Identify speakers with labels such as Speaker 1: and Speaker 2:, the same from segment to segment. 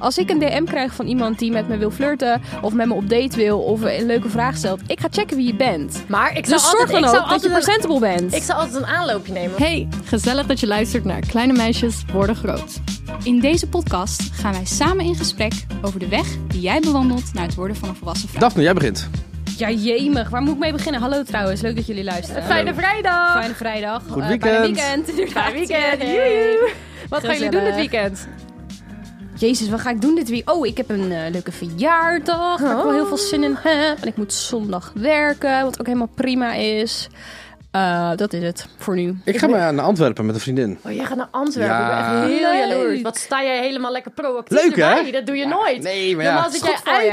Speaker 1: Als ik een DM krijg van iemand die met me wil flirten, of met me op date wil, of een leuke vraag stelt, ik ga checken wie je bent.
Speaker 2: Maar ik zou
Speaker 1: Dus zorg
Speaker 2: altijd,
Speaker 1: dan
Speaker 2: ik zou
Speaker 1: ook dat je
Speaker 2: altijd een-
Speaker 1: presentable bent.
Speaker 2: Ik zou altijd een aanloopje nemen.
Speaker 3: Hey, gezellig dat je luistert naar Kleine Meisjes Worden Groot. In deze podcast gaan wij samen in gesprek over de weg die jij bewandelt naar het worden van een volwassen vrouw.
Speaker 4: Daphne, jij begint.
Speaker 1: Ja, jemig. Waar moet ik mee beginnen? Hallo trouwens, leuk dat jullie luisteren.
Speaker 2: Fijne vrijdag!
Speaker 1: Fijne vrijdag.
Speaker 4: Goed
Speaker 1: Eh, bijna
Speaker 4: weekend.
Speaker 1: weekend. inderdaad.
Speaker 2: Fijn weekend!
Speaker 1: Yay.
Speaker 2: Joejoe. Wat gaan jullie doen dit
Speaker 1: Gezellig.
Speaker 2: weekend?
Speaker 1: Jezus, wat ga ik doen dit week? Oh, ik heb een eh, leuke verjaardag. Waar ik wel heel veel zin in heb. En ik moet zondag werken, wat ook helemaal prima is. Eh, dat is het voor nu.
Speaker 4: Ik ga maar naar Antwerpen met een vriendin.
Speaker 2: Oh, jij gaat naar Antwerpen.
Speaker 4: Ja.
Speaker 2: Ik ben echt heel
Speaker 1: Leuk.
Speaker 2: jaloers. Wat sta jij helemaal lekker proactief
Speaker 4: Leuk, hè?
Speaker 2: erbij. Dat doe je nooit.
Speaker 4: nee, maar ja.
Speaker 2: Normaal zit
Speaker 1: Is
Speaker 2: jij
Speaker 1: goed voor je.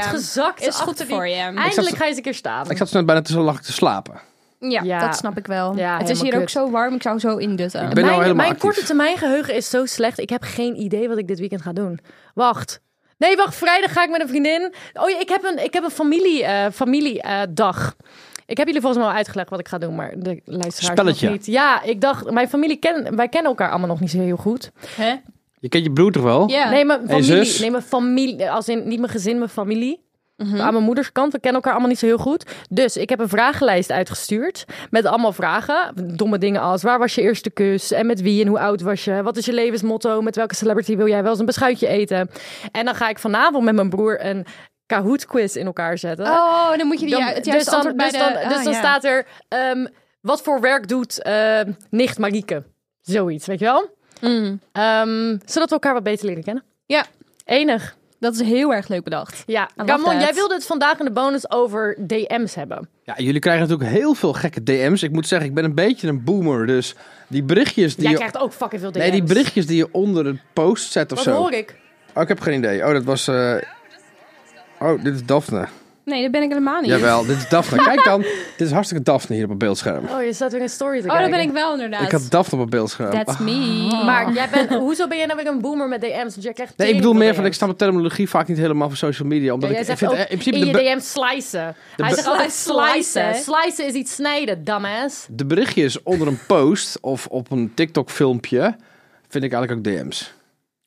Speaker 1: Is
Speaker 2: uitgezakt
Speaker 1: goed
Speaker 2: achter die-
Speaker 1: voor je.
Speaker 2: Eindelijk
Speaker 4: Ik zat-
Speaker 2: ga je eens een keer staan.
Speaker 4: Ik zat zo net bijna tussen lag ik te slapen.
Speaker 1: Ja,
Speaker 2: Ja.
Speaker 1: dat snap ik wel.
Speaker 2: Ja,
Speaker 1: het is hier
Speaker 2: helemaal
Speaker 1: ook
Speaker 2: kut.
Speaker 1: zo warm, ik zou zo indutten.
Speaker 4: Ik ben nou
Speaker 2: mijn
Speaker 4: helemaal
Speaker 2: mijn
Speaker 4: actief.
Speaker 2: korte termijn geheugen is zo slecht. Ik heb geen idee wat ik dit weekend ga doen. Wacht. Nee, wacht. Vrijdag ga ik met een vriendin. Oh, ja, ik heb een, ik heb een familie, eh, familiedag. ik heb jullie volgens mij al uitgelegd wat ik ga doen, maar de luisteraars
Speaker 4: Spelletje.
Speaker 2: nog niet. Ja, ik dacht, mijn familie kennen, wij kennen elkaar allemaal nog niet zo heel goed.
Speaker 1: Hè?
Speaker 4: Je kent je broer toch wel?
Speaker 1: Ja.
Speaker 2: Oh, Nee, mijn
Speaker 4: Hey,
Speaker 2: familie,
Speaker 4: zus.
Speaker 2: nee, mijn familie, als in niet mijn gezin, mijn familie.
Speaker 1: Mhm.
Speaker 2: Aan mijn moeders kant, we kennen elkaar allemaal niet zo heel goed. Dus ik heb een vragenlijst uitgestuurd met allemaal vragen. Domme dingen als waar was je eerste kus en met wie en hoe oud was je? Wat is je levensmotto? Met welke celebrity wil jij wel eens een beschuitje eten? En dan ga ik vanavond met mijn broer een Kahoot quiz in elkaar zetten.
Speaker 1: Oh, dan moet je die,
Speaker 2: Dan-
Speaker 1: ju- het juiste
Speaker 2: dan,
Speaker 1: antwoord bij
Speaker 2: dus dan,
Speaker 1: de...
Speaker 2: dus
Speaker 1: ah,
Speaker 2: dan
Speaker 1: ja.
Speaker 2: staat er ehm, wat voor werk doet ehm, nicht Marieke? Zoiets, weet je wel?
Speaker 1: Mm.
Speaker 2: Ehm, zodat we elkaar wat beter leren kennen.
Speaker 1: Ja.
Speaker 2: Enig.
Speaker 1: Dat is heel erg leuk bedacht.
Speaker 2: Ja,
Speaker 1: love
Speaker 2: Ramon,
Speaker 1: that.
Speaker 2: jij wilde het vandaag in de bonus over DM's hebben.
Speaker 4: Ja, jullie krijgen natuurlijk heel veel gekke DM's. Ik moet zeggen, ik ben een beetje een boomer. Dus die berichtjes die
Speaker 2: Jij
Speaker 4: je...
Speaker 2: krijgt ook fucking veel DM's.
Speaker 4: Nee, die berichtjes die je onder een post zet of
Speaker 2: Wat
Speaker 4: zo.
Speaker 2: hoor ik?
Speaker 4: Oh, ik heb geen idee. Oh, dat was... eh, Oh, dit is Daphne.
Speaker 1: Nee, dat ben ik helemaal niet.
Speaker 4: Jawel, dit is Daphne. Kijk dan. Dit is hartstikke Daphne hier op het beeldscherm.
Speaker 2: Oh, je staat weer een story te
Speaker 1: Oh, dat
Speaker 2: kijken.
Speaker 1: ben ik wel inderdaad.
Speaker 4: Ik had Daphne op het beeldscherm.
Speaker 1: That's
Speaker 4: Ah.
Speaker 1: me.
Speaker 2: Maar jij bent, hoezo ben jij nou weer een boomer met DM's? Want jij krijgt
Speaker 4: Nee, ik bedoel
Speaker 2: tering
Speaker 4: meer
Speaker 2: veel
Speaker 4: van, ik
Speaker 2: DM's.
Speaker 4: snap de terminologie vaak niet helemaal van social media. Omdat
Speaker 2: Ja, jij
Speaker 4: ik, ik
Speaker 2: zegt
Speaker 4: vind
Speaker 2: ook
Speaker 4: eh, in principe
Speaker 2: in
Speaker 4: de,
Speaker 2: je
Speaker 4: be-
Speaker 2: DM slicen. Hij
Speaker 4: be-
Speaker 2: zegt altijd
Speaker 1: Slicen.
Speaker 2: slicen. Slicen is iets snijden, dumbass.
Speaker 4: de berichtjes onder een post of op een TikTok filmpje vind ik eigenlijk ook DM's.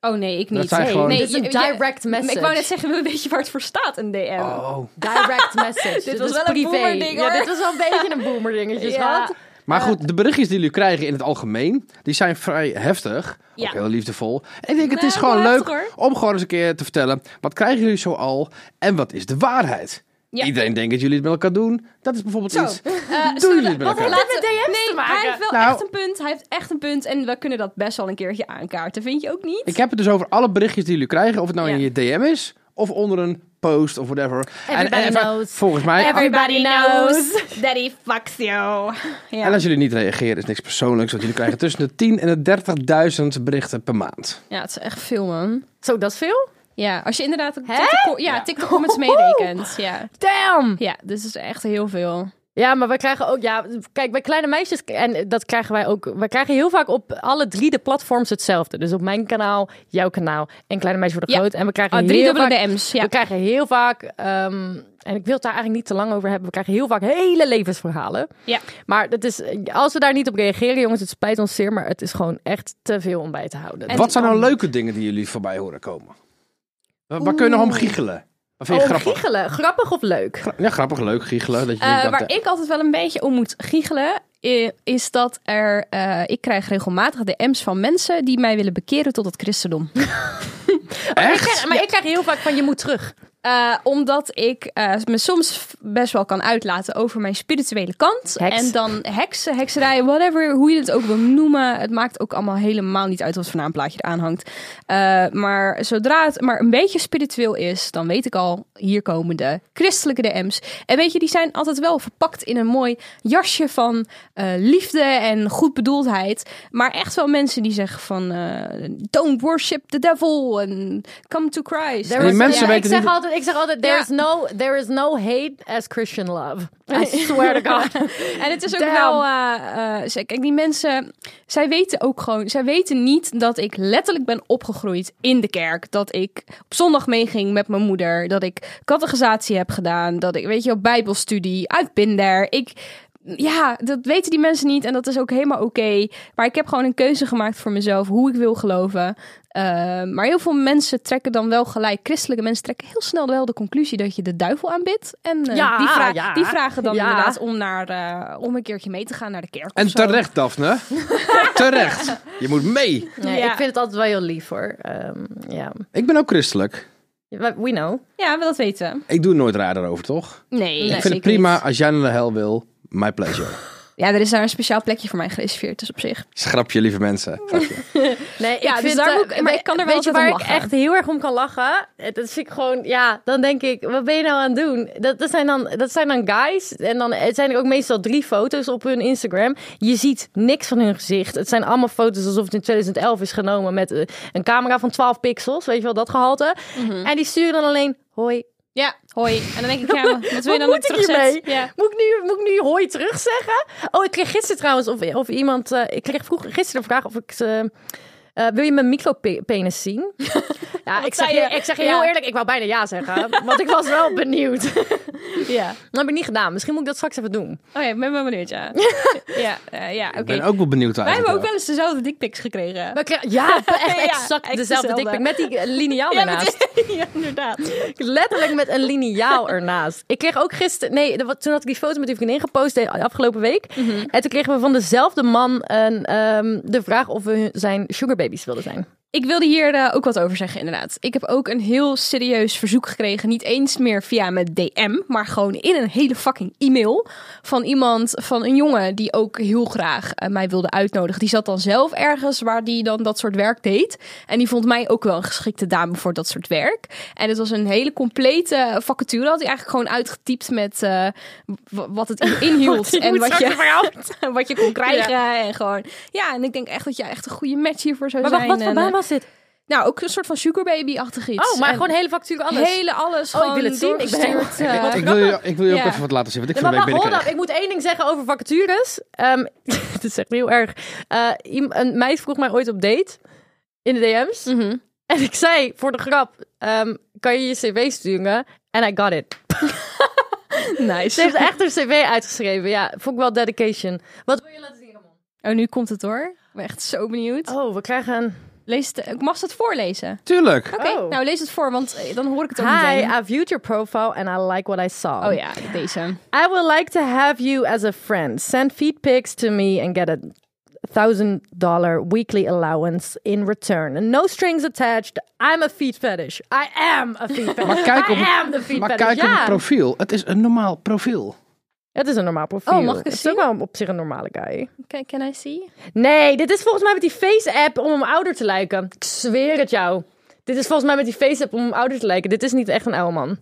Speaker 1: Oh nee, ik
Speaker 4: Dat
Speaker 1: niet.
Speaker 4: zijn
Speaker 1: Nee,
Speaker 4: gewoon-
Speaker 1: nee,
Speaker 2: Dit is een
Speaker 1: je- je-
Speaker 2: direct message.
Speaker 1: Ik wou net zeggen, weet je waar het voor staat, een DM?
Speaker 4: Oh.
Speaker 2: Direct message. dit,
Speaker 1: was
Speaker 2: is
Speaker 1: wel een
Speaker 2: privé.
Speaker 1: boomerding,
Speaker 2: Ja,
Speaker 1: hoor.
Speaker 2: dit was wel een beetje een boomer dingetje,
Speaker 1: Ja.
Speaker 2: schat.
Speaker 1: Eh,
Speaker 4: Maar goed, de berichtjes die jullie krijgen in het algemeen, die zijn vrij heftig.
Speaker 1: Ja.
Speaker 4: Ook heel liefdevol. En ik denk, het
Speaker 1: Nou,
Speaker 4: is gewoon
Speaker 1: wel
Speaker 4: leuk
Speaker 1: heftig,
Speaker 4: om gewoon eens een keer te vertellen, wat krijgen jullie zo al en wat is de waarheid?
Speaker 1: Ja.
Speaker 4: Iedereen denkt dat jullie het met elkaar doen. Dat is bijvoorbeeld
Speaker 1: Zo. Eh,
Speaker 4: iets. doen jullie het met elkaar?
Speaker 1: Laten
Speaker 2: met DM's
Speaker 1: nee,
Speaker 2: te maken?
Speaker 1: Hij heeft wel
Speaker 4: Nou.
Speaker 1: echt een punt. Hij heeft echt een punt. En we kunnen dat best wel een keertje aankaarten. Vind je ook niet?
Speaker 4: Ik heb het dus over alle berichtjes die jullie krijgen, of het nou
Speaker 1: Ja.
Speaker 4: in je DM is of onder een post of whatever.
Speaker 2: Everybody
Speaker 4: even-
Speaker 2: knows.
Speaker 4: Volgens mij,
Speaker 2: Everybody knows.
Speaker 1: that he fucks you. Ja.
Speaker 4: En als jullie niet reageren, is niks persoonlijks. Want jullie krijgen tussen de 10 en de 30.000 berichten per maand.
Speaker 1: ja, het is echt veel, man.
Speaker 2: Zo, dat is veel?
Speaker 1: Ja, als je inderdaad TikTok, ja, TikTok comments meerekent. Ja.
Speaker 2: Damn!
Speaker 1: ja, dus het is echt heel veel.
Speaker 2: Ja, maar wij krijgen ook, ja, kijk, bij kleine meisjes, en dat krijgen wij ook, wij krijgen heel vaak op alle drie de platforms hetzelfde. Dus op mijn kanaal, jouw kanaal en Kleine Meisjes Worden
Speaker 1: Ja.
Speaker 2: Groot. En we krijgen
Speaker 1: Ah, drie
Speaker 2: heel
Speaker 1: dubbele
Speaker 2: vaak,
Speaker 1: DM's. Ja.
Speaker 2: we krijgen heel vaak, ehm, en ik wil het daar eigenlijk niet te lang over hebben, we krijgen heel vaak hele levensverhalen.
Speaker 1: Ja.
Speaker 2: Maar dat is, als we daar niet op reageren, jongens, het spijt ons zeer, maar het is gewoon echt te veel om bij te houden.
Speaker 1: En-
Speaker 4: Wat zijn nou leuke dingen die jullie voorbij horen komen? Waar, waar kun je nog om giechelen? Wat vind je
Speaker 2: Oh,
Speaker 4: grappig?
Speaker 2: giechelen, grappig of leuk?
Speaker 4: Gra- ja, grappig, leuk, giechelen. Dat je
Speaker 1: Eh,
Speaker 4: denkt dat,
Speaker 1: waar
Speaker 4: eh,
Speaker 1: ik altijd wel een beetje om moet giechelen, i- is dat er. eh, ik krijg regelmatig DM's van mensen die mij willen bekeren tot het christendom.
Speaker 2: Ik
Speaker 4: Echt?
Speaker 2: krijg- maar ik krijg heel vaak van, je moet terug.
Speaker 1: Eh, omdat ik eh, me soms f- best wel kan uitlaten over mijn spirituele kant.
Speaker 2: Heks.
Speaker 1: En dan heksen, hekserij, whatever, hoe je het ook wil noemen. Het maakt ook allemaal helemaal niet uit wat voor naamplaatje er aanhangt. Eh, maar zodra het maar een beetje spiritueel is, dan weet ik al, hier komen de christelijke DM's. En weet je, die zijn altijd wel verpakt in een mooi jasje van eh, liefde en goedbedoeldheid. Maar echt wel mensen die zeggen van, eh, don't worship the devil en come to Christ.
Speaker 2: There
Speaker 4: die
Speaker 2: is-
Speaker 4: mensen
Speaker 2: ja,
Speaker 4: weten
Speaker 2: ik zeg
Speaker 4: niet-
Speaker 2: altijd, ik zeg altijd, there,
Speaker 1: Ja.
Speaker 2: is no, there is no hate as Christian love. I swear to God.
Speaker 1: En het is ook
Speaker 2: Damn.
Speaker 1: wel. eh, eh, ze- kijk, die mensen. Zij weten ook gewoon. Zij weten niet dat ik letterlijk ben opgegroeid in de kerk. Dat ik op zondag meeging met mijn moeder. Dat ik catechisatie heb gedaan. Dat ik, weet je, op Bijbelstudie. Uit Binder. Ik. Ja, dat weten die mensen niet en dat is ook helemaal oké. Maar ik heb gewoon een keuze gemaakt voor mezelf hoe ik wil geloven. Eh, maar heel veel mensen trekken dan wel gelijk. Christelijke mensen trekken heel snel wel de conclusie dat je de duivel aanbidt. En eh,
Speaker 2: Ja,
Speaker 1: die, vra-
Speaker 2: ja.
Speaker 1: die vragen dan
Speaker 2: Ja.
Speaker 1: inderdaad om, naar, eh, om een keertje mee te gaan naar de kerk.
Speaker 4: En
Speaker 1: of zo.
Speaker 4: terecht, Daphne. terecht. Je moet mee.
Speaker 2: Nee,
Speaker 1: Ja.
Speaker 2: Ik vind het altijd wel heel lief hoor. Ehm, ja.
Speaker 4: Ik ben ook christelijk.
Speaker 2: We we know.
Speaker 1: Ja, wil dat weten.
Speaker 4: Ik doe nooit raar daarover, toch?
Speaker 1: Nee,
Speaker 4: ik vind het prima als jij naar de hel wil. My pleasure.
Speaker 1: Ja, er is daar een speciaal plekje voor mij gereserveerd, dus op zich.
Speaker 4: Schrapje, lieve mensen. Grapje.
Speaker 2: Nee, ik
Speaker 1: Ja, dus
Speaker 2: vind,
Speaker 1: daar
Speaker 2: eh,
Speaker 1: moet ik- maar ik kan er wel
Speaker 2: Weet je
Speaker 1: altijd
Speaker 2: waar
Speaker 1: om
Speaker 2: ik
Speaker 1: lachen.
Speaker 2: echt heel erg om kan lachen? Eh, Dat is ik gewoon, ja, dan denk ik, wat ben je nou aan het doen? Dat, dat, zijn, dan, dat zijn dan guys. En dan eh, zijn er ook meestal drie foto's op hun Instagram. Je ziet niks van hun gezicht. Het zijn allemaal foto's alsof het in 2011 is genomen met eh, een camera van 12 pixels. Weet je wel, dat gehalte.
Speaker 1: Mhm.
Speaker 2: En die sturen dan alleen, hoi.
Speaker 1: Ja, hoi. En dan denk ik, ja, wat wil je dan ook
Speaker 2: moet ik
Speaker 1: terugzet?
Speaker 2: hiermee?
Speaker 1: Ja.
Speaker 2: Moet ik nu, moet ik nu hoi terugzeggen? Oh, ik kreeg gisteren trouwens of, of iemand. eh, ik kreeg vroeg, gisteren de vraag of ik. ze, eh, wil je mijn micropenis zien? ja, ik zeg,
Speaker 1: zei
Speaker 2: je,
Speaker 1: je?
Speaker 2: ik zeg je
Speaker 1: Ja.
Speaker 2: heel eerlijk, ik wou bijna ja zeggen. want ik was wel benieuwd. dat
Speaker 1: ja.
Speaker 2: heb ik niet gedaan. Misschien moet ik dat straks even doen.
Speaker 1: Oh ja, ik ben wel benieuwd, ja. ja, eh, ja oké.
Speaker 4: Ik ben ook wel benieuwd
Speaker 1: Wij hebben ook
Speaker 4: eigenlijk.
Speaker 1: wel eens dezelfde dickpics gekregen.
Speaker 2: Maar ik kreeg- ja, echt
Speaker 1: Ja,
Speaker 2: exact
Speaker 1: echt
Speaker 2: dezelfde
Speaker 1: dezelfde.
Speaker 2: dikpik. Met die eh, liniaal
Speaker 1: ja,
Speaker 2: ernaast.
Speaker 1: met- ja, inderdaad.
Speaker 2: Letterlijk met een liniaal ernaast. Ik kreeg ook gisteren... Nee, de- wat- toen had ik die foto met die vriendin gepost de afgelopen week. En toen kregen we van dezelfde man een, ehm, de vraag of we hun- zijn sugarbabies wilden zijn.
Speaker 1: Ik wilde hier eh, ook wat over zeggen, inderdaad. Ik heb ook een heel serieus verzoek gekregen. Niet eens meer via mijn DM, maar gewoon in een hele fucking e-mail. Van iemand, van een jongen die ook heel graag eh, mij wilde uitnodigen. Die zat dan zelf ergens waar die dan dat soort werk deed. En die vond mij ook wel een geschikte dame voor dat soort werk. En het was een hele complete vacature. Had hij eigenlijk gewoon uitgetypt met eh, w- wat het in- inhield. en wat je, wat je kon krijgen. En gewoon. Ja, en ik denk echt dat jij echt een goede match hiervoor zou
Speaker 2: Maar
Speaker 1: zijn.
Speaker 2: wacht, wat voor
Speaker 1: En, eh,
Speaker 2: baan was dit?
Speaker 1: nou, ook een soort van sugarbaby-achtig iets.
Speaker 2: Oh, maar
Speaker 1: En
Speaker 2: gewoon hele factuur alles.
Speaker 1: hele alles.
Speaker 2: Oh, ik
Speaker 1: gewoon
Speaker 2: wil het zien. Ik ben
Speaker 1: doorgestuurd, eh,
Speaker 4: Ik wil je, ik wil je ook
Speaker 1: Ja.
Speaker 4: even wat laten zien. Want ik
Speaker 2: Ja,
Speaker 4: van
Speaker 2: maar
Speaker 4: de week
Speaker 2: wacht, hold up.
Speaker 4: binnenkreeg.
Speaker 2: Ik moet één ding zeggen over vacatures. Ehm dit is echt heel erg. Eh, iem- een meid vroeg mij ooit op date in de DM's.
Speaker 1: Mhm.
Speaker 2: En ik zei voor de grap, ehm, kan je je cv sturen? En I got it. Ze
Speaker 1: Nice.
Speaker 2: heeft echt een cv uitgeschreven. Ja, vond ik wel dedication. Wat wil je laten zien, Ramon?
Speaker 1: Oh, nu komt het hoor. Ik ben echt zo benieuwd.
Speaker 2: Oh, we krijgen een...
Speaker 1: Lees het, ik mag ze het voorlezen.
Speaker 4: Tuurlijk.
Speaker 1: Oké,
Speaker 2: Oh.
Speaker 1: nou lees het voor, want eh, dan hoor ik het ook
Speaker 2: Hi,
Speaker 1: meteen.
Speaker 2: I viewed your profile and I like what I saw.
Speaker 1: Oh ja, deze.
Speaker 2: I would like to have you as a friend. Send feed pics to me and get a thousand dollar weekly allowance in return. And no strings attached. I'm a feet fetish. I am a feet fetish.
Speaker 4: Maar kijk op
Speaker 2: I am the feet
Speaker 4: Maar
Speaker 2: fetish.
Speaker 4: kijk op het
Speaker 2: ja.
Speaker 4: profiel. Het is een normaal profiel.
Speaker 2: Het is een normaal profiel.
Speaker 1: Oh, mag ik eens
Speaker 2: Het is ook wel op zich een normale guy.
Speaker 1: Can, can I see?
Speaker 2: Nee, dit is volgens mij met die face-app om hem ouder te lijken. Ik zweer het jou. Dit is volgens mij met die face-app om hem ouder te lijken. Dit is niet echt een oude man.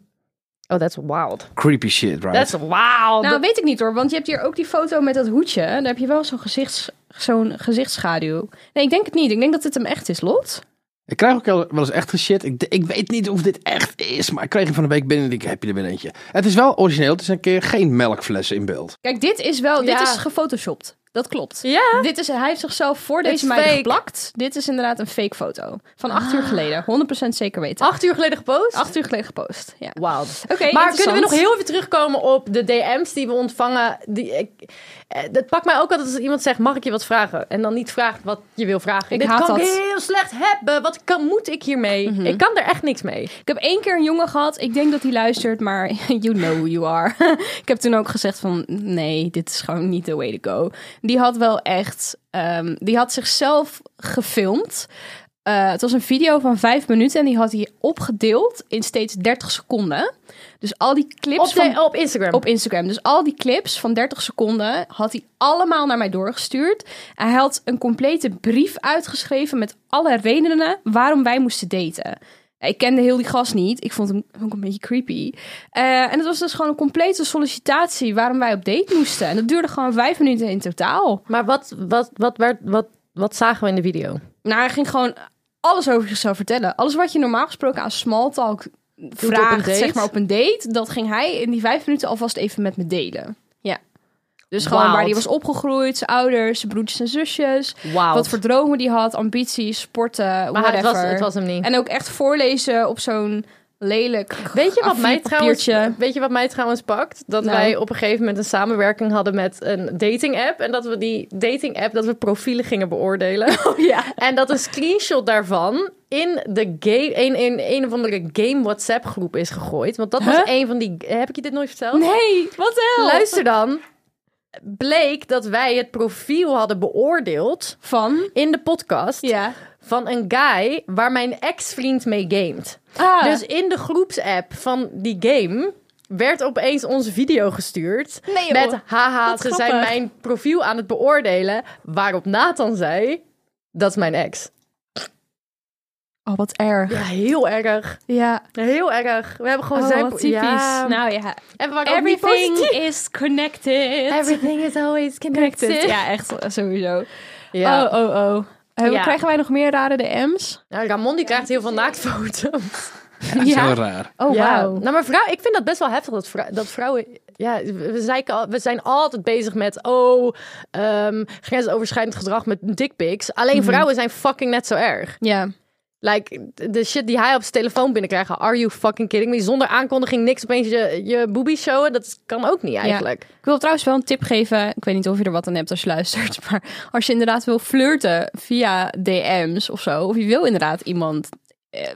Speaker 2: Oh, that's wild.
Speaker 4: Creepy shit, right?
Speaker 2: That's wild.
Speaker 1: Nou, weet ik niet hoor, want je hebt hier ook die foto met dat hoedje. Daar heb je wel zo'n gezichts, zo'n gezichtsschaduw. Nee, ik denk het niet. Ik denk dat dit hem echt is, Lot.
Speaker 4: Ik krijg ook wel eens echt shit. Ik, ik weet niet of dit echt is, maar ik kreeg hem van de week binnen en ik heb je er weer eentje. Het is wel origineel. Het is een keer geen melkflessen in beeld.
Speaker 1: Kijk, dit is wel,
Speaker 2: Ja.
Speaker 1: dit is gefotoshopt. Dat klopt.
Speaker 2: ja.
Speaker 1: Dit is, hij heeft zichzelf voor
Speaker 2: is
Speaker 1: deze meid
Speaker 2: fake. Ah.
Speaker 1: geplakt. Dit is inderdaad een fake foto. Van acht uur geleden. 100% zeker weten.
Speaker 2: Acht uur geleden gepost?
Speaker 1: Acht uur geleden gepost. Ja.
Speaker 2: Wild.
Speaker 1: Oké,
Speaker 2: maar kunnen we nog
Speaker 1: interessant.
Speaker 2: heel even terugkomen op de DM's die we ontvangen? Die, ik, eh, dat pakt mij ook altijd als iemand zegt: Mag ik je wat vragen? En dan niet vraagt wat je wil vragen.
Speaker 1: Ik
Speaker 2: Dit
Speaker 1: haat
Speaker 2: kan ik
Speaker 1: dat. Mhm.
Speaker 2: heel slecht hebben. Wat kan, moet ik hiermee? Ik kan er echt niks mee.
Speaker 1: Ik heb één keer een jongen gehad. Ik denk dat hij luistert, maar you know who you are. ik heb toen ook gezegd van, nee, dit is gewoon niet the way to go. Die had wel echt, ehm, die had zichzelf gefilmd. Eh, het was een video van vijf minuten en die had hij opgedeeld in steeds 30 seconden. Dus al die clips
Speaker 2: Op,
Speaker 1: van
Speaker 2: de, op Instagram.
Speaker 1: op Instagram. Dus al die clips van 30 seconden had hij allemaal naar mij doorgestuurd. Hij had een complete brief uitgeschreven met alle redenen waarom wij moesten daten. Ik kende heel die gast niet. Ik vond hem ook een beetje creepy. Eh, en het was dus gewoon een complete sollicitatie waarom wij op date moesten. En dat duurde gewoon vijf minuten in totaal.
Speaker 2: Maar wat, wat, wat, werd- wat, wat zagen we in de video?
Speaker 1: Nou, hij ging gewoon alles over zichzelf vertellen. Alles wat je normaal gesproken aan small talk
Speaker 2: op een
Speaker 1: vraagt,
Speaker 2: date?
Speaker 1: zeg maar op een date, dat ging hij in die vijf minuten alvast even met me delen. Ja. Dus gewoon
Speaker 2: Wild.
Speaker 1: waar hij was opgegroeid, zijn ouders, zijn broertjes en zusjes.
Speaker 2: Wauw.
Speaker 1: Wat voor dromen die had, ambities, sporten,
Speaker 2: maar
Speaker 1: whatever.
Speaker 2: het was, het was hem niet.
Speaker 1: En ook echt voorlezen op zo'n lelijk
Speaker 2: Weet je, wat mij trouwens,
Speaker 1: papiertje.
Speaker 2: weet je wat mij trouwens pakt? Dat
Speaker 1: Nou.
Speaker 2: wij op een gegeven moment een samenwerking hadden met een dating app. En dat we die dating app, dat we profielen gingen beoordelen.
Speaker 1: Ja.
Speaker 2: en dat een screenshot daarvan in de game, in, in een of andere game WhatsApp groep is gegooid. Want dat was
Speaker 1: Huh?
Speaker 2: een van die. Heb ik je dit nooit verteld?
Speaker 1: Nee, wat de hel?
Speaker 2: Luister dan. Bleek dat wij het profiel hadden beoordeeld
Speaker 1: Van?
Speaker 2: in de podcast
Speaker 1: Ja.
Speaker 2: van een guy waar mijn ex-vriend mee gamet.
Speaker 1: Ah.
Speaker 2: Dus in de groepsapp van die game werd opeens onze video gestuurd.
Speaker 1: Nee, joh.
Speaker 2: met haha,
Speaker 1: Wat
Speaker 2: ze
Speaker 1: grappig.
Speaker 2: zijn mijn profiel aan het beoordelen. Waarop Nathan zei, dat is mijn ex.
Speaker 1: Oh, wat erg.
Speaker 2: Ja, heel erg.
Speaker 1: Ja.
Speaker 2: Heel erg. We hebben gewoon
Speaker 1: Oh,
Speaker 2: zijn...
Speaker 1: wat typisch.
Speaker 2: Ja.
Speaker 1: Nou ja.
Speaker 2: en we waren ook niet
Speaker 1: Everything
Speaker 2: positief.
Speaker 1: is connected.
Speaker 2: Everything is always connected.
Speaker 1: connected. Ja, echt sowieso.
Speaker 2: Ja.
Speaker 1: Oh, oh, oh. Eh,
Speaker 2: Ja.
Speaker 1: Krijgen wij nog meer rare DM's?
Speaker 2: Nou, Ramon die krijgt heel veel naaktfoto's.
Speaker 4: Dat is heel raar.
Speaker 1: Oh,
Speaker 2: ja.
Speaker 1: wauw.
Speaker 2: Nou, maar vrouw, ik vind dat best wel heftig dat, vrou- dat vrouwen. Ja, we, zeiken al- we zijn altijd bezig met. Oh, ehm, grensoverschrijdend gedrag met dickpics. Alleen vrouwen zijn fucking net zo erg.
Speaker 1: Ja.
Speaker 2: Like, de shit die hij op zijn telefoon binnenkrijgt. Are you fucking kidding me? Zonder aankondiging niks opeens je, je boobies showen. Dat is- kan ook niet eigenlijk.
Speaker 1: Ik wil trouwens wel een tip geven. Ik weet niet of je er wat aan hebt als je luistert. Maar als je inderdaad wil flirten via DM's of zo. Of je wil inderdaad iemand eh,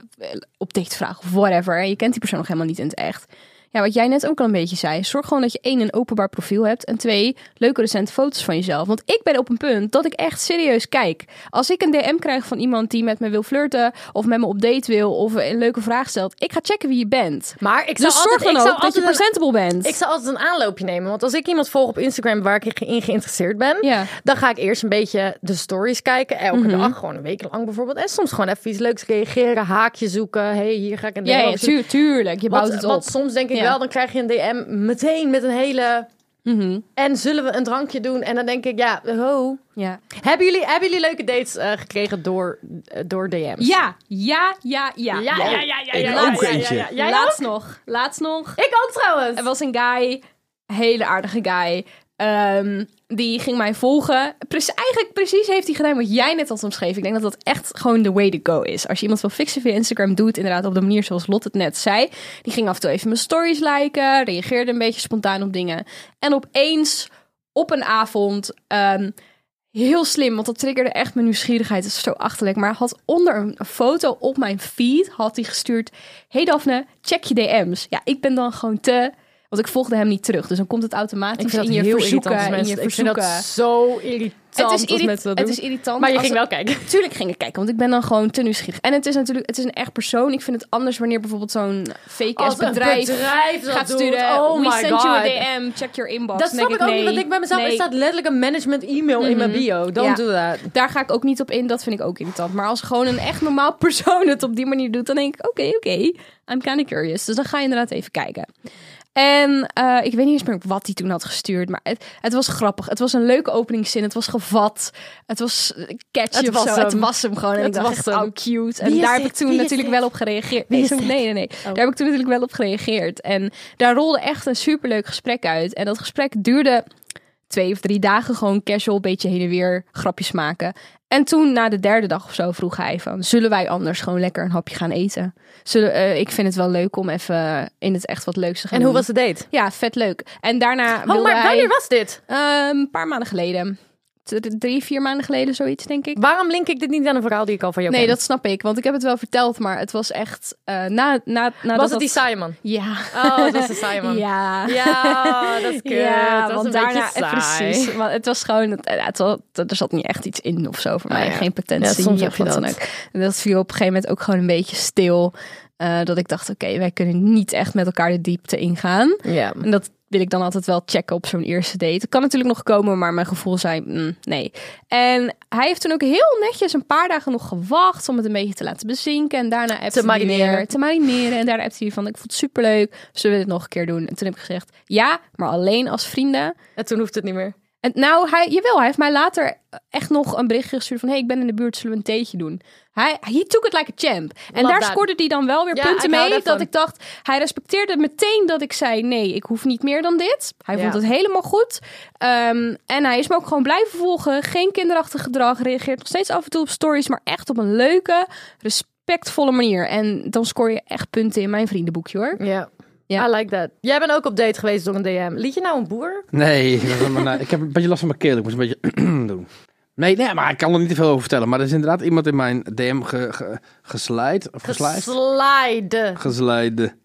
Speaker 1: op date vragen of whatever. En je kent die persoon nog helemaal niet in het echt. Ja, wat jij net ook al een beetje zei. Zorg gewoon dat je één, een openbaar profiel hebt. En twee, leuke recente foto's van jezelf. Want ik ben op een punt dat ik echt serieus kijk. Als ik een DM krijg van iemand die met me wil flirten. Of met me op date wil. Of een leuke vraag stelt. Ik ga checken wie je bent.
Speaker 2: Maar ik zou
Speaker 1: Dus zorg
Speaker 2: altijd,
Speaker 1: dan
Speaker 2: ik zou
Speaker 1: ook dat je
Speaker 2: altijd een-
Speaker 1: presentable bent.
Speaker 2: Ik zal altijd een aanloopje nemen. Want als ik iemand volg op Instagram waar ik in geïnteresseerd ben,
Speaker 1: Ja. Mhm.
Speaker 2: dan ga ik eerst een beetje de stories kijken. Elke dag, gewoon een week lang bijvoorbeeld. En soms gewoon even iets leuks reageren, haakje zoeken. Hé, hey, hier ga ik een DM
Speaker 1: Ja, ja
Speaker 2: over zoeken.
Speaker 1: tuur- tuurlijk. Je bouwt
Speaker 2: Want,
Speaker 1: het op.
Speaker 2: want soms denk ik
Speaker 1: Ja.
Speaker 2: wel, dan krijg je een DM meteen met een hele...
Speaker 1: Mhm.
Speaker 2: En zullen we een drankje doen? En dan denk ik, ja, ho.
Speaker 1: Ja.
Speaker 2: Hebben jullie, hebben jullie leuke dates eh, gekregen door, eh, door DM's?
Speaker 1: ja, ja, ja, ja.
Speaker 2: ja, ja, ja, ja.
Speaker 4: Ik
Speaker 2: ja,
Speaker 4: ook
Speaker 2: ja, ja,
Speaker 4: eentje.
Speaker 2: ja, ja. Jij
Speaker 1: Laatst nog. Laatst nog.
Speaker 2: ook? Ik ook trouwens.
Speaker 1: Er was een guy, hele aardige guy. ehm, die ging mij volgen. Prec- eigenlijk precies heeft hij gedaan wat jij net had omschreven. Ik denk dat dat echt gewoon de way to go is. Als je iemand wil fixen via Instagram, doe het inderdaad op de manier zoals Lot het net zei. Die ging af en toe even mijn stories liken, reageerde een beetje spontaan op dingen. En opeens, op een avond, ehm, heel slim, want dat triggerde echt mijn nieuwsgierigheid. Dat is zo achterlijk. Maar hij had onder een foto op mijn feed had hij gestuurd: Hey Daphne, check je DM's. Ja, ik ben dan gewoon te. Want ik volgde hem niet terug. Dus dan komt het
Speaker 2: Ik
Speaker 1: automatisch
Speaker 2: vind
Speaker 1: in
Speaker 2: dat
Speaker 1: je
Speaker 2: heel irritant als
Speaker 1: verzoeken. In
Speaker 2: mensen-
Speaker 1: je
Speaker 2: ik vind
Speaker 1: verzoeken.
Speaker 2: dat zo irritant
Speaker 1: Het is,
Speaker 2: als
Speaker 1: irri-
Speaker 2: mensen dat
Speaker 1: het
Speaker 2: doen.
Speaker 1: is irritant.
Speaker 2: maar je
Speaker 1: als
Speaker 2: ging
Speaker 1: het-
Speaker 2: wel kijken.
Speaker 1: Tuurlijk ging ik kijken, want ik ben dan gewoon te nieuwsgierig. En het is natuurlijk, het is een echt persoon. Ik vind het anders wanneer bijvoorbeeld zo'n fake ass
Speaker 2: Als een
Speaker 1: bedrijf,
Speaker 2: bedrijf dat
Speaker 1: gaat
Speaker 2: doet.
Speaker 1: sturen.
Speaker 2: Oh
Speaker 1: we
Speaker 2: my
Speaker 1: sent you a
Speaker 2: God.
Speaker 1: DM, check your inbox.
Speaker 2: Dat
Speaker 1: Dan
Speaker 2: snap
Speaker 1: denk
Speaker 2: ik Mhm. ook niet,
Speaker 1: nee,
Speaker 2: want ik bij mezelf
Speaker 1: nee.
Speaker 2: er staat letterlijk een management e-mail in mijn bio. Don't
Speaker 1: Ja.
Speaker 2: do that.
Speaker 1: Daar ga ik ook niet op in. Dat vind ik ook irritant. Maar als gewoon een echt normaal persoon het op die manier doet, dan denk ik: oké, oké, I'm kinda curious. Dus dan ga je inderdaad even kijken. En eh, ik weet niet eens meer wat hij toen had gestuurd. Maar het, het was grappig. Het was een leuke openingszin. Het was gevat. Het was eh, catchy
Speaker 2: Het
Speaker 1: of
Speaker 2: was
Speaker 1: zo.
Speaker 2: hem.
Speaker 1: Het was hem gewoon. En
Speaker 2: Het
Speaker 1: ik dacht
Speaker 2: was
Speaker 1: echt,
Speaker 2: hem.
Speaker 1: oh, cute. En
Speaker 2: Wie is
Speaker 1: daar heb
Speaker 2: dit?
Speaker 1: ik toen
Speaker 2: Wie is
Speaker 1: natuurlijk
Speaker 2: dit?
Speaker 1: wel op gereageerd.
Speaker 2: Wie
Speaker 1: Nee,
Speaker 2: is
Speaker 1: zo-
Speaker 2: dit? Oh.
Speaker 1: nee, nee, nee. Daar heb ik toen natuurlijk wel op gereageerd. En daar rolde echt een superleuk gesprek uit. En dat gesprek duurde twee of drie dagen gewoon casual, beetje heen en weer grapjes maken. En toen na de derde dag of zo vroeg hij van, zullen wij anders gewoon lekker een hapje gaan eten? Zullen, eh, ik vind het wel leuk om even in het echt wat leuks te gaan
Speaker 2: En hoe
Speaker 1: doen.
Speaker 2: was de date?
Speaker 1: Ja, vet leuk. En daarna
Speaker 2: Oh,
Speaker 1: wilde
Speaker 2: maar
Speaker 1: hij...
Speaker 2: wanneer was dit?
Speaker 1: Eh, een paar maanden geleden. t- drie, vier maanden geleden zoiets, denk ik.
Speaker 2: Waarom link ik dit niet aan een verhaal die ik al van jou
Speaker 1: Nee,
Speaker 2: ken?
Speaker 1: dat snap ik, want ik heb het wel verteld, maar het was echt eh, na, na, na
Speaker 2: nou, was het die Simon?
Speaker 1: Ja.
Speaker 2: Oh, dat was de Simon.
Speaker 1: Ja.
Speaker 2: Ja, eh, dat is kut.
Speaker 1: Ja,
Speaker 2: dat was
Speaker 1: want
Speaker 2: een
Speaker 1: daarna,
Speaker 2: beetje saai.
Speaker 1: precies. Want het was gewoon, het, ja, het was- er zat niet echt iets in of zo voor
Speaker 2: Ah,
Speaker 1: mij.
Speaker 2: ja.
Speaker 1: Geen
Speaker 2: Ja,
Speaker 1: potentie
Speaker 2: soms heb
Speaker 1: of
Speaker 2: je
Speaker 1: wat dan
Speaker 2: dat.
Speaker 1: ook. En dat viel op een gegeven moment ook gewoon een beetje stil. eh, dat ik dacht, oké, wij kunnen niet echt met elkaar de diepte ingaan.
Speaker 2: Ja.
Speaker 1: En dat wil ik dan altijd wel checken op zo'n eerste date. Het kan natuurlijk nog komen, maar mijn gevoel zei mm, nee. En hij heeft toen ook heel netjes een paar dagen nog gewacht om het een beetje te laten bezinken. En daarna appte hij
Speaker 2: marineren.
Speaker 1: weer, te marineren. En daarna appte hij van, ik vond het superleuk, zullen we dit nog een keer doen? En toen heb ik gezegd, ja, maar alleen als vrienden.
Speaker 2: En toen hoeft het niet meer.
Speaker 1: En nou, hij, jawel, hij heeft mij later echt nog een berichtje gestuurd van... hey, ik ben in de buurt, zullen we een theetje doen? Hij, he took it like a champ. En
Speaker 2: Love
Speaker 1: daar
Speaker 2: that.
Speaker 1: scoorde hij dan wel weer
Speaker 2: Ja,
Speaker 1: punten
Speaker 2: ik hou
Speaker 1: mee.
Speaker 2: daarvan.
Speaker 1: Dat ik dacht, hij respecteerde meteen dat ik zei... nee, ik hoef niet meer dan dit. Hij
Speaker 2: Ja.
Speaker 1: vond het helemaal goed. Ehm, en hij is me ook gewoon blijven volgen. Geen kinderachtig gedrag. Reageert nog steeds af en toe op stories... maar echt op een leuke, respectvolle manier. En dan scoor je echt punten in mijn vriendenboekje, hoor.
Speaker 2: Ja.
Speaker 1: Ja.
Speaker 2: I like that. Jij bent ook op date geweest door een DM. Liet je nou een boer?
Speaker 4: Nee, dat is maar- nou, ik heb een beetje last van mijn keel. Ik moest een beetje doen. Nee, nee, maar ik kan er niet te veel over vertellen. Maar er is inderdaad iemand in mijn DM ge, ge, geslijt. Of geslijt?
Speaker 2: Gesliden.
Speaker 4: Geslijden.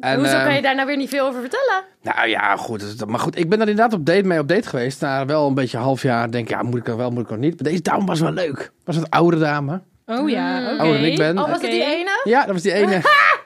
Speaker 4: En,
Speaker 2: Hoezo
Speaker 4: ehm,
Speaker 2: kan je daar nou weer niet veel over vertellen?
Speaker 4: Nou ja, goed. dus dat- Maar goed, ik ben er inderdaad op date mee op date geweest. Na wel een beetje een half jaar denk ik, ja, moet ik er wel, moet ik er niet. Maar deze dame was wel leuk. Was een oude dame.
Speaker 1: Oh ja,
Speaker 4: Ouder dan ik ben.
Speaker 2: Oh, was het die
Speaker 1: Oké.
Speaker 2: ene?
Speaker 4: Ja, dat was die ene.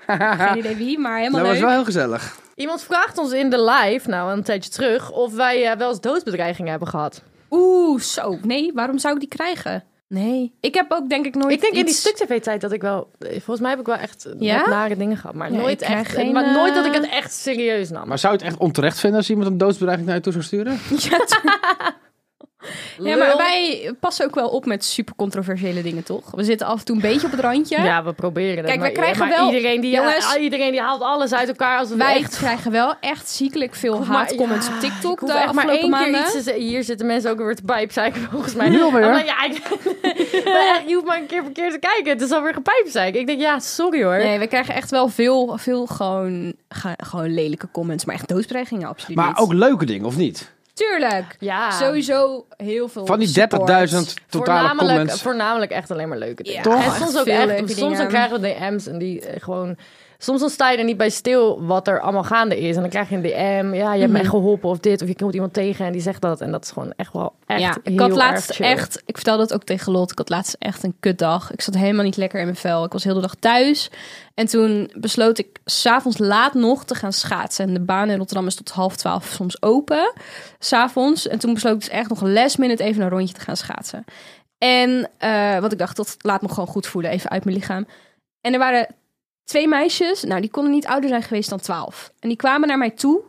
Speaker 1: Geen idee wie, maar helemaal
Speaker 4: Dat was
Speaker 1: leuk.
Speaker 4: wel heel gezellig.
Speaker 2: Iemand vraagt ons in de live, nou een tijdje terug, of wij eh, wel eens doodsbedreigingen hebben gehad.
Speaker 1: Oeh, zo. Nee, waarom zou ik die krijgen? Nee. Ik heb ook denk ik nooit
Speaker 2: Ik denk in die
Speaker 1: iets-
Speaker 2: stuk tv-tijd dat ik wel, eh, volgens mij heb ik wel echt eh,
Speaker 1: Ja?
Speaker 2: wat nare dingen gehad, maar
Speaker 1: Ja,
Speaker 2: nooit
Speaker 1: ik krijg
Speaker 2: echt,
Speaker 1: geen,
Speaker 2: maar nooit dat ik
Speaker 1: eh,
Speaker 2: het echt serieus nam.
Speaker 4: Maar zou je het echt onterecht vinden als iemand een doodsbedreiging naar je toe zou sturen?
Speaker 1: Ja, maar wij passen ook wel op met super controversiële dingen, toch? We zitten af en toe een beetje op het randje.
Speaker 2: Ja, we proberen het.
Speaker 1: Kijk,
Speaker 2: maar,
Speaker 1: we krijgen
Speaker 2: maar
Speaker 1: wel-
Speaker 2: Iedereen die,
Speaker 1: Jongens.
Speaker 2: ah, iedereen die haalt alles uit elkaar als het
Speaker 1: Wij
Speaker 2: echt...
Speaker 1: krijgen wel echt ziekelijk veel
Speaker 2: hoef maar-
Speaker 1: haatcomments
Speaker 2: ja,
Speaker 1: op
Speaker 2: Ik
Speaker 1: TikTok
Speaker 2: hoef
Speaker 1: de
Speaker 2: echt
Speaker 1: afgelopen
Speaker 2: maar
Speaker 1: maanden.
Speaker 2: één keer iets te zeggen. Hier zitten mensen ook weer te pijpzeiken volgens mij.
Speaker 4: Nu alweer?
Speaker 2: Omdat- Ja, ik, maar echt, je hoeft maar een keer verkeerd te kijken. Het is alweer gepijpzeiken. Ik denk, ja, sorry hoor.
Speaker 1: Nee, we krijgen echt wel veel, veel gewoon, ge- gewoon lelijke comments. Maar echt doodsbedreigingen, absoluut
Speaker 4: Maar
Speaker 1: niet.
Speaker 4: ook leuke dingen, of niet?
Speaker 1: Tuurlijk.
Speaker 2: Ja.
Speaker 1: Sowieso heel veel
Speaker 4: Van die 30.000
Speaker 1: support.
Speaker 2: Oh,
Speaker 4: totale
Speaker 2: voornamelijk, eh,
Speaker 4: comments.
Speaker 2: voornamelijk echt alleen maar leuke dingen.
Speaker 1: Ja, Toch?
Speaker 2: En soms
Speaker 1: echt
Speaker 2: ook
Speaker 1: veel
Speaker 2: echt.
Speaker 1: leuke
Speaker 2: Soms
Speaker 1: dingen.
Speaker 2: dan krijgen we DM's en die eh, gewoon. Soms dan sta je er niet bij stil wat er allemaal gaande is. En dan krijg je een DM. Ja, je hebt
Speaker 1: Mhm.
Speaker 2: me echt geholpen of dit. Of je komt iemand tegen en die zegt dat. En dat is gewoon echt wel echt
Speaker 1: ja, ik
Speaker 2: heel
Speaker 1: had
Speaker 2: erg
Speaker 1: laatst
Speaker 2: chill.
Speaker 1: echt, ik vertelde het ook tegen Lot, ik had laatst echt een kutdag. Ik zat helemaal niet lekker in mijn vel. Ik was heel de dag thuis. En toen besloot ik s'avonds laat nog te gaan schaatsen. En de baan in Rotterdam is tot half twaalf soms open, s'avonds. En toen besloot ik dus echt nog last minute even een rondje te gaan schaatsen. En, eh want ik dacht, dat laat me gewoon goed voelen, even uit mijn lichaam. En er waren twee meisjes, nou die konden niet ouder zijn geweest dan 12. En die kwamen naar mij toe.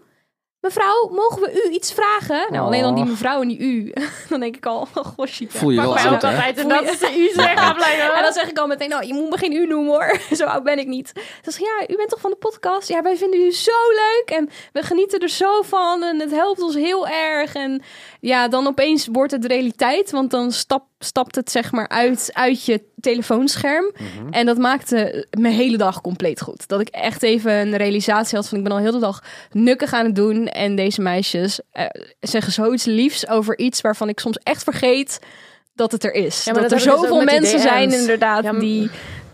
Speaker 1: Mevrouw, mogen we u iets vragen? Nou, alleen al die
Speaker 2: Oh.
Speaker 4: Och.
Speaker 1: mevrouw en die u. Dan denk ik al, oh, gosh, chica.
Speaker 4: Voel je wel
Speaker 1: Pak mij
Speaker 2: Maar
Speaker 4: oud,
Speaker 2: ook
Speaker 1: nou.
Speaker 4: hè?
Speaker 2: altijd. En
Speaker 1: Voel
Speaker 2: dat
Speaker 1: je-
Speaker 2: is de u zeggen blijkbaar.
Speaker 1: En dan zeg ik al meteen, nou, je moet me geen u noemen hoor. Zo oud ben ik niet. Ze zegt, ja, u bent toch van de podcast? Ja, wij vinden u zo leuk en we genieten er zo van en het helpt ons heel erg. En ja, dan opeens wordt het realiteit, want dan stap, stapt het zeg maar uit, uit je telefoonscherm. En dat maakte mijn hele dag compleet goed. Dat ik echt even een realisatie had van, ik ben al heel de dag nukkig aan het doen. En deze meisjes eh, zeggen zoiets liefs over iets waarvan ik soms echt vergeet dat het er is.
Speaker 2: Ja, maar
Speaker 1: dat,
Speaker 2: dat
Speaker 1: er
Speaker 2: heb ik dus
Speaker 1: zoveel
Speaker 2: ook met die
Speaker 1: mensen zijn
Speaker 2: DM's.
Speaker 1: inderdaad
Speaker 2: Ja, maar-
Speaker 1: die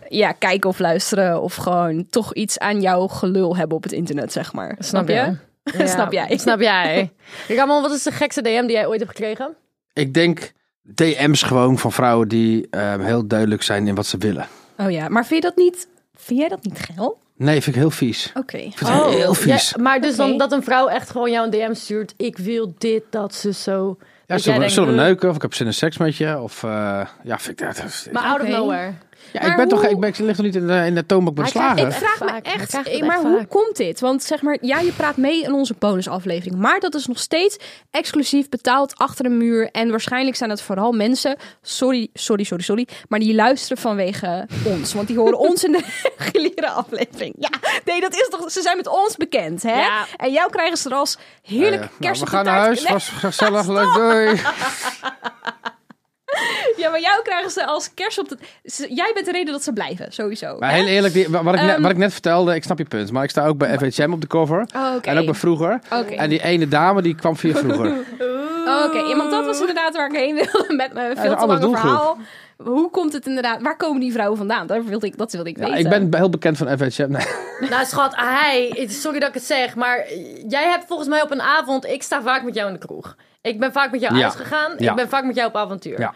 Speaker 1: ja, kijken of luisteren of gewoon toch iets aan jouw gelul hebben op het internet, zeg maar.
Speaker 2: Snap je? Ja,
Speaker 1: Snap jij?
Speaker 2: Snap jij. Ramon, wat is de gekste DM die jij ooit hebt gekregen?
Speaker 4: Ik denk DM's gewoon van vrouwen die ehm, heel duidelijk zijn in wat ze willen.
Speaker 1: Oh ja, maar vind je dat niet, vind jij dat niet geil?
Speaker 4: Nee, vind ik heel vies.
Speaker 1: Oké.
Speaker 4: Ik vind het heel
Speaker 2: Oh,
Speaker 4: vies.
Speaker 2: Ja, maar dus
Speaker 1: Oké.
Speaker 2: dan dat een vrouw echt gewoon jou een DM stuurt. Ik wil dit, dat ze zo.
Speaker 4: Ja,
Speaker 2: Dat
Speaker 4: zullen,
Speaker 2: jij
Speaker 4: we, zullen we
Speaker 2: denkt,
Speaker 4: neuken? Of ik heb zin in seks met je? Of, eh, ja, vind ik dat...
Speaker 2: Maar out of
Speaker 1: Oké.
Speaker 2: nowhere.
Speaker 4: ja,
Speaker 1: maar
Speaker 4: ik ben toch...
Speaker 1: hoe-
Speaker 4: Ik, ben, ik lig toch niet in de, in de toonbank bij de
Speaker 2: Hij krijgt-
Speaker 4: slager?
Speaker 2: ik
Speaker 1: Vraag me
Speaker 2: Vaak.
Speaker 1: echt,
Speaker 2: Hij krijgt het
Speaker 1: maar
Speaker 2: echt
Speaker 1: hoe
Speaker 2: vaak.
Speaker 1: komt dit? Want zeg maar, ja, je praat mee in onze bonusaflevering. Maar dat is nog steeds exclusief betaald achter een muur. En waarschijnlijk zijn het vooral mensen, sorry, sorry, sorry, sorry. Maar die luisteren vanwege ons. Want die horen ons in de reguliere aflevering. Ja, nee, dat is toch, ze zijn met ons bekend, hè?
Speaker 2: Ja.
Speaker 1: En jou krijgen ze er als heerlijke
Speaker 4: Ja, ja. Nou,
Speaker 1: kerst
Speaker 4: we
Speaker 1: op de
Speaker 4: gaan naar
Speaker 1: taart.
Speaker 4: huis.
Speaker 1: Nee,
Speaker 4: Was gezellig. Leuk. Doei.
Speaker 1: Ja, maar jou krijgen ze als kerst op de... ze- Jij bent de reden dat ze blijven, sowieso.
Speaker 4: Maar
Speaker 1: hè?
Speaker 4: heel eerlijk, die- wat, ik net,
Speaker 1: Ehm,
Speaker 4: wat ik net vertelde, ik snap je punt. Maar ik sta ook bij FHM op de cover.
Speaker 1: Oh, oké.
Speaker 4: En ook bij vroeger.
Speaker 1: Oké.
Speaker 4: En die ene dame, die kwam via vroeger.
Speaker 1: Oké, ja, want dat was inderdaad waar ik heen wilde met mijn
Speaker 4: Oh. een
Speaker 1: veel te lange
Speaker 4: andere doelgroep.
Speaker 1: verhaal. Hoe komt het inderdaad? Waar komen die vrouwen vandaan? Dat wilde ik, dat wilde ik
Speaker 4: Ja,
Speaker 1: weten.
Speaker 4: ik ben heel bekend van FHM. Nee.
Speaker 2: Nou, schat, hij. Sorry dat ik het zeg, maar jij hebt volgens mij op een avond. Ik sta vaak met jou in de kroeg. Ik ben vaak met jou
Speaker 4: Ja.
Speaker 2: uitgegaan.
Speaker 4: Ja.
Speaker 2: Ik ben vaak met jou op avontuur.
Speaker 4: Ja.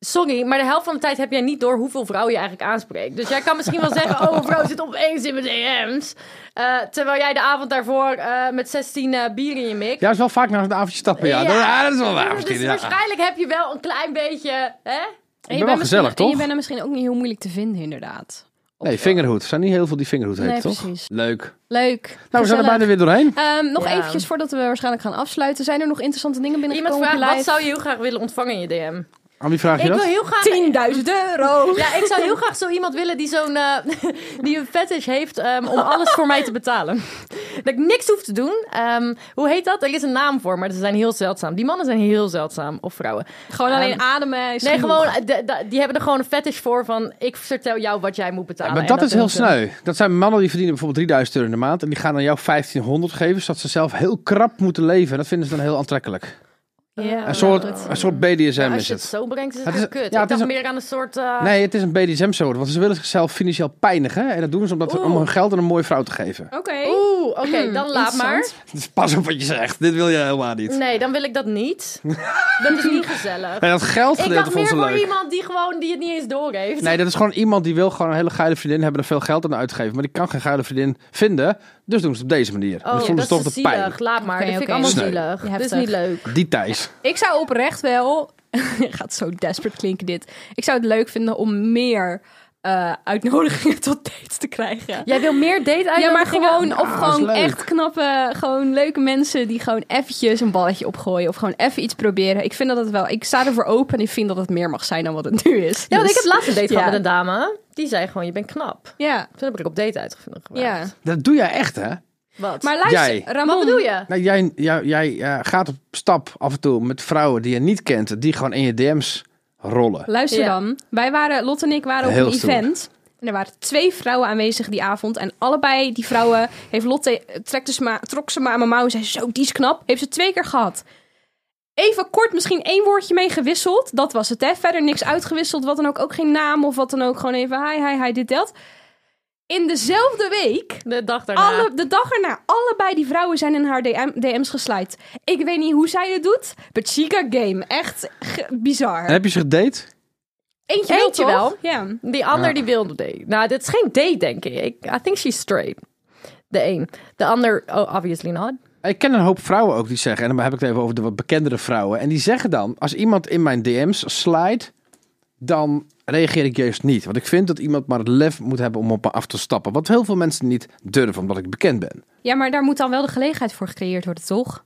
Speaker 2: Sorry, maar de helft van de tijd heb jij niet door hoeveel vrouwen je eigenlijk aanspreekt. Dus jij kan misschien wel zeggen: Oh, een vrouw zit opeens in mijn DM's. Eh, terwijl jij de avond daarvoor eh, met 16 eh bier in je mik.
Speaker 4: Ja, is wel vaak naar een avondje stappen. Ja,
Speaker 2: Ja.
Speaker 4: Dat, ja, dat is wel waar.
Speaker 2: dus
Speaker 4: Misschien, ja.
Speaker 2: waarschijnlijk heb je wel een klein beetje. Hè?
Speaker 1: En
Speaker 4: Ik
Speaker 1: je
Speaker 4: ben wel
Speaker 1: bent misschien-
Speaker 4: gezellig,
Speaker 1: En je
Speaker 4: toch?
Speaker 1: bent er misschien ook niet heel moeilijk te vinden, inderdaad. Of
Speaker 4: Nee,
Speaker 1: wel?
Speaker 4: vingerhoed. Er zijn niet heel veel die vingerhoed
Speaker 1: Nee,
Speaker 4: heeft, toch?
Speaker 1: precies.
Speaker 4: Leuk. Nou,
Speaker 1: Leuk.
Speaker 4: we zijn er
Speaker 1: gezellig.
Speaker 4: bijna weer doorheen.
Speaker 1: Ehm, nog
Speaker 2: Ja.
Speaker 1: eventjes voordat we waarschijnlijk gaan afsluiten. Zijn er nog interessante dingen
Speaker 2: Iemand
Speaker 1: binnengekomen?
Speaker 2: vraagt:
Speaker 1: op je
Speaker 2: Wat zou je heel graag willen ontvangen in je DM?
Speaker 4: Aan wie vraag je
Speaker 2: Ik wil
Speaker 4: dat?
Speaker 2: heel graag.
Speaker 1: lijst? 10.000 euro.
Speaker 2: Ja, ik zou heel graag zo iemand willen die zo'n eh, die een fetish heeft ehm, om alles voor mij te betalen. Dat ik niks hoef te doen. Ehm, hoe heet dat? Er is een naam voor, maar ze zijn heel zeldzaam. Die mannen zijn heel zeldzaam, of vrouwen.
Speaker 1: Gewoon alleen
Speaker 2: Ehm,
Speaker 1: ademen. is
Speaker 2: Nee,
Speaker 1: genoeg.
Speaker 2: gewoon, eh, de- de- die hebben er gewoon een fetish voor van... ik vertel jou wat jij moet betalen.
Speaker 4: Maar
Speaker 2: en
Speaker 4: dat is heel
Speaker 2: doen ze.
Speaker 4: sneu. Dat zijn mannen die verdienen bijvoorbeeld 3000 euro in de maand. En die gaan aan jou 1500 geven, zodat ze zelf heel krap moeten leven. En dat vinden ze dan heel aantrekkelijk.
Speaker 2: Ja. eh,
Speaker 4: Een soort, een soort BDSM
Speaker 2: Als
Speaker 4: is
Speaker 2: je het
Speaker 4: het.
Speaker 2: zo brengt, is het,
Speaker 4: Het is-
Speaker 2: heel kut.
Speaker 4: ja,
Speaker 2: ik
Speaker 4: het is
Speaker 2: dacht
Speaker 4: een-
Speaker 2: meer aan een soort... eh,
Speaker 4: Nee, het is een BDSM-soort. Want ze willen zichzelf financieel pijnigen. En dat doen ze omdat, om hun geld aan een mooie vrouw te geven.
Speaker 1: Oké.
Speaker 2: Oeh, oké, dan laat maar.
Speaker 1: Interessant.
Speaker 4: Dus pas op wat je zegt. Dit wil je helemaal niet.
Speaker 2: Nee, dan wil ik dat niet. dat is niet gezellig.
Speaker 4: Nee, dat
Speaker 2: Ik
Speaker 4: geldgedeelte
Speaker 2: dacht meer
Speaker 4: vond ze
Speaker 2: voor
Speaker 4: leuk.
Speaker 2: iemand die gewoon die het niet eens doorheeft.
Speaker 4: Nee, dat is gewoon iemand die wil gewoon een hele geile vriendin hebben en veel geld aan uitgeven. Maar die kan geen geile vriendin vinden. Dus doen ze het op deze manier. En
Speaker 2: Oh,
Speaker 4: dat vonden ze toch
Speaker 2: is
Speaker 4: de
Speaker 2: zielig.
Speaker 4: pijn.
Speaker 2: Laat maar.
Speaker 1: Oké,
Speaker 2: dat vind
Speaker 1: oké.
Speaker 2: ik allemaal
Speaker 4: Sneu.
Speaker 2: zielig. Dat is
Speaker 1: Heftig.
Speaker 2: niet leuk.
Speaker 4: Die Thijs.
Speaker 1: Ik zou oprecht wel. Het gaat zo desperate klinken dit. Ik zou het leuk vinden om meer eh, uitnodigingen tot dates te krijgen.
Speaker 2: Jij wil meer date
Speaker 1: Ja, maar
Speaker 2: uitnodigingen? Ah,
Speaker 1: gewoon, of
Speaker 4: dat is
Speaker 1: gewoon
Speaker 4: leuk.
Speaker 1: echt knappe, gewoon leuke mensen die gewoon eventjes een balletje opgooien. Of gewoon even iets proberen. Ik vind dat het wel, ik sta ervoor open en ik vind dat het meer mag zijn dan wat het nu is.
Speaker 2: Ja, want
Speaker 1: Dus-
Speaker 2: ik heb laatst een date
Speaker 1: Ja.
Speaker 2: gehad met een dame. Die zei gewoon, je bent knap.
Speaker 1: Ja,
Speaker 2: Toen heb ik op date uitgevraagd.
Speaker 1: ja.
Speaker 4: Dat doe jij echt, hè?
Speaker 2: Wat?
Speaker 1: Maar luister,
Speaker 4: Jij.
Speaker 1: Ramon.
Speaker 2: wat bedoel je?
Speaker 4: Nou, jij jij, jij eh, gaat op stap af en toe met vrouwen die je niet kent. Die gewoon in je DM's rollen.
Speaker 1: Luister
Speaker 2: Ja.
Speaker 1: dan. Wij waren, Lot en ik waren op
Speaker 4: Heel
Speaker 1: een
Speaker 4: stoer.
Speaker 1: event. En er waren twee vrouwen aanwezig die avond. En allebei die vrouwen heeft Lotte, trekte ze maar, trok ze maar aan mijn mouw en zei zo, die is knap. Heeft ze twee keer gehad. Even kort misschien één woordje mee gewisseld. Dat was het hè. Verder niks uitgewisseld. Wat dan ook. Ook geen naam of wat dan ook. Gewoon even hi, hi, hi, dit, dat. In dezelfde week
Speaker 2: De dag daarna.
Speaker 1: alle, de dag erna, allebei die vrouwen zijn in haar DM, DM's geslijt. Ik weet niet hoe zij het doet, but she got game. Echt ge- bizar.
Speaker 4: En heb je ze gedate?
Speaker 1: Eentje,
Speaker 2: Eentje
Speaker 1: wel,
Speaker 2: wel.
Speaker 1: toch? Ja.
Speaker 2: Die ander die wilde date. Nou, dit is geen date, denk ik. ik. I think she's straight. De een. De ander, oh, obviously not.
Speaker 4: Ik ken een hoop vrouwen ook die zeggen, en dan heb ik het even over de wat bekendere vrouwen. En die zeggen dan, als iemand in mijn DM's slide, dan reageer ik juist niet. Want ik vind dat iemand maar het lef moet hebben om op me af te stappen. Wat heel veel mensen niet durven, omdat ik bekend ben.
Speaker 1: ja, maar daar moet dan wel de gelegenheid voor gecreëerd worden, toch?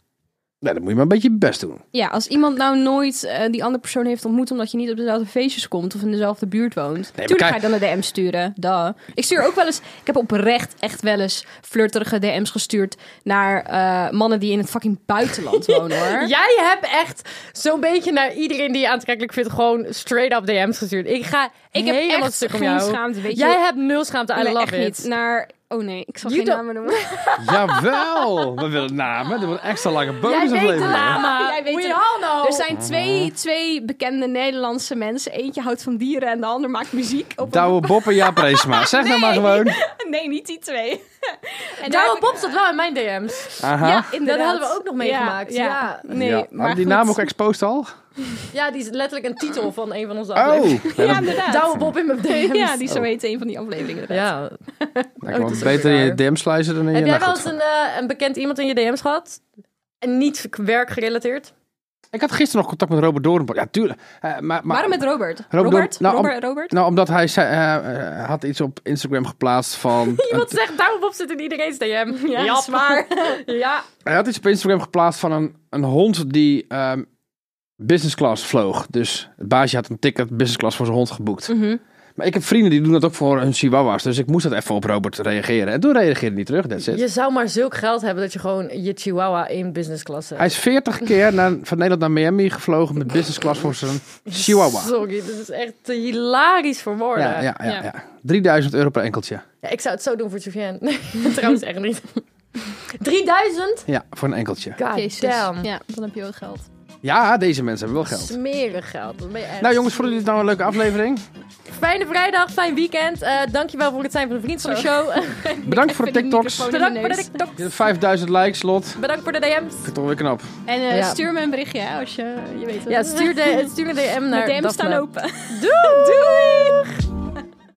Speaker 4: Nou, dan moet je maar een beetje je best doen.
Speaker 1: Ja, als iemand nou nooit eh, die andere persoon heeft ontmoet... omdat je niet op dezelfde feestjes komt of in dezelfde buurt woont...
Speaker 4: maar
Speaker 1: tuurlijk
Speaker 4: kijk-
Speaker 1: ga je dan een DM sturen. Duh. Ik stuur ook wel eens... Ik heb oprecht echt wel eens flirterige DM's gestuurd... naar eh, mannen die in het fucking buitenland wonen, hoor.
Speaker 2: Jij hebt echt zo'n beetje naar iedereen die je aantrekkelijk vindt... gewoon straight up DM's gestuurd. Ik ga
Speaker 1: Ik heb
Speaker 2: helemaal
Speaker 1: echt
Speaker 2: stuk om
Speaker 1: geen
Speaker 2: jou.
Speaker 1: schaamte, weet je.
Speaker 2: Jij hebt nul schaamte. I
Speaker 1: Nee,
Speaker 2: love
Speaker 1: echt
Speaker 2: it.
Speaker 1: niet. Naar... Oh nee, ik zal
Speaker 2: You
Speaker 1: geen
Speaker 2: don't-
Speaker 1: namen noemen.
Speaker 4: Jawel! We willen namen. Er wordt een extra lange bonusaflevering.
Speaker 2: namen.
Speaker 1: Jij weet
Speaker 2: We
Speaker 1: het.
Speaker 2: all know.
Speaker 1: Er zijn twee, twee bekende Nederlandse mensen. Eentje houdt van dieren en de ander maakt muziek. Op een-
Speaker 4: Douwe Bob en Jaap Reesma. Zeg nou maar gewoon.
Speaker 1: Nee, niet die twee. En daar
Speaker 2: Douwe
Speaker 1: heb ik-
Speaker 2: Bob zat wel in mijn DM's.
Speaker 4: Aha.
Speaker 1: Ja, inderdaad.
Speaker 2: Dat hadden we ook nog meegemaakt, ja.
Speaker 1: Nee,
Speaker 4: Ja.
Speaker 1: maar
Speaker 4: die
Speaker 1: goed. Oh.
Speaker 4: naam ook exposed al?
Speaker 2: Ja, die is letterlijk een titel van een van onze
Speaker 4: Oh!
Speaker 2: afleveringen.
Speaker 1: Ja, inderdaad.
Speaker 2: Douwe Bob in mijn DM's.
Speaker 1: Ja, die zo heet een van die afleveringen. inderdaad.
Speaker 2: Ja.
Speaker 4: Nou, ik kan
Speaker 2: dat is ook
Speaker 4: beter in je
Speaker 2: raar.
Speaker 4: DM slicer dan Nou, in je
Speaker 2: Heb jij wel
Speaker 4: nacht.
Speaker 2: eens een, eh, een bekend iemand in je DM's gehad? En niet werkgerelateerd?
Speaker 4: Ik had gisteren nog contact met Robert Doornbos. Ja, tuurlijk. Eh, maar, maar,
Speaker 1: Waarom met Robert?
Speaker 4: Robert,
Speaker 1: Robert?
Speaker 4: nou, om-
Speaker 1: Robert, Robert?
Speaker 4: Nou, omdat hij zei, eh, eh, had iets op Instagram geplaatst van...
Speaker 2: Iemand zegt, Douwe Bob zit in iedereen's DM.
Speaker 1: Ja, is waar.
Speaker 2: ja.
Speaker 4: hij had iets op Instagram geplaatst van een, een hond die ehm, business class vloog. Dus het baasje had een ticket business class voor zijn hond geboekt.
Speaker 1: Mhm.
Speaker 4: Maar ik heb vrienden die doen dat ook voor hun chihuahuas. Dus ik moest dat even op Robert reageren. En toen reageerde hij terug, that's it.
Speaker 2: Je zou maar zulk geld hebben dat je gewoon je chihuahua in business class
Speaker 4: Hij
Speaker 2: hebt.
Speaker 4: is 40 keer naar, van Nederland naar Miami gevlogen met business class voor zijn chihuahua.
Speaker 2: Sorry, dit is echt te hilarisch voor woorden.
Speaker 4: Ja, ja, ja, ja. 3000 euro per enkeltje.
Speaker 2: Ja, ik zou het zo doen voor Sufjan. Nee, trouwens echt niet. 3000?
Speaker 4: Ja, voor een enkeltje.
Speaker 2: God
Speaker 1: Jezus.
Speaker 2: damn.
Speaker 1: Ja, dan heb je wel geld.
Speaker 4: Ja, deze mensen hebben wel geld.
Speaker 2: Smerig geld. Dat ben je echt
Speaker 4: Nou jongens, vonden jullie dit nou een leuke aflevering?
Speaker 2: Fijne vrijdag, fijn weekend. Eh, dankjewel voor het zijn van de vriend van de
Speaker 1: Zo.
Speaker 2: show.
Speaker 4: Bedankt voor de
Speaker 1: Even die
Speaker 4: TikToks.
Speaker 1: microfoon in
Speaker 2: Bedankt
Speaker 1: de
Speaker 2: voor de
Speaker 1: neus.
Speaker 2: TikTok.
Speaker 4: 5000 likes, Lot.
Speaker 2: Bedankt voor de DM's.
Speaker 4: Vind ik toch weer knap.
Speaker 1: En eh,
Speaker 2: Ja.
Speaker 1: stuur me een berichtje hè, als je, je weet het.
Speaker 2: Ja, stuur, de, stuur een DM naar
Speaker 1: Mijn DM's
Speaker 2: Daphne.
Speaker 1: staan open.
Speaker 2: Doei! Doei!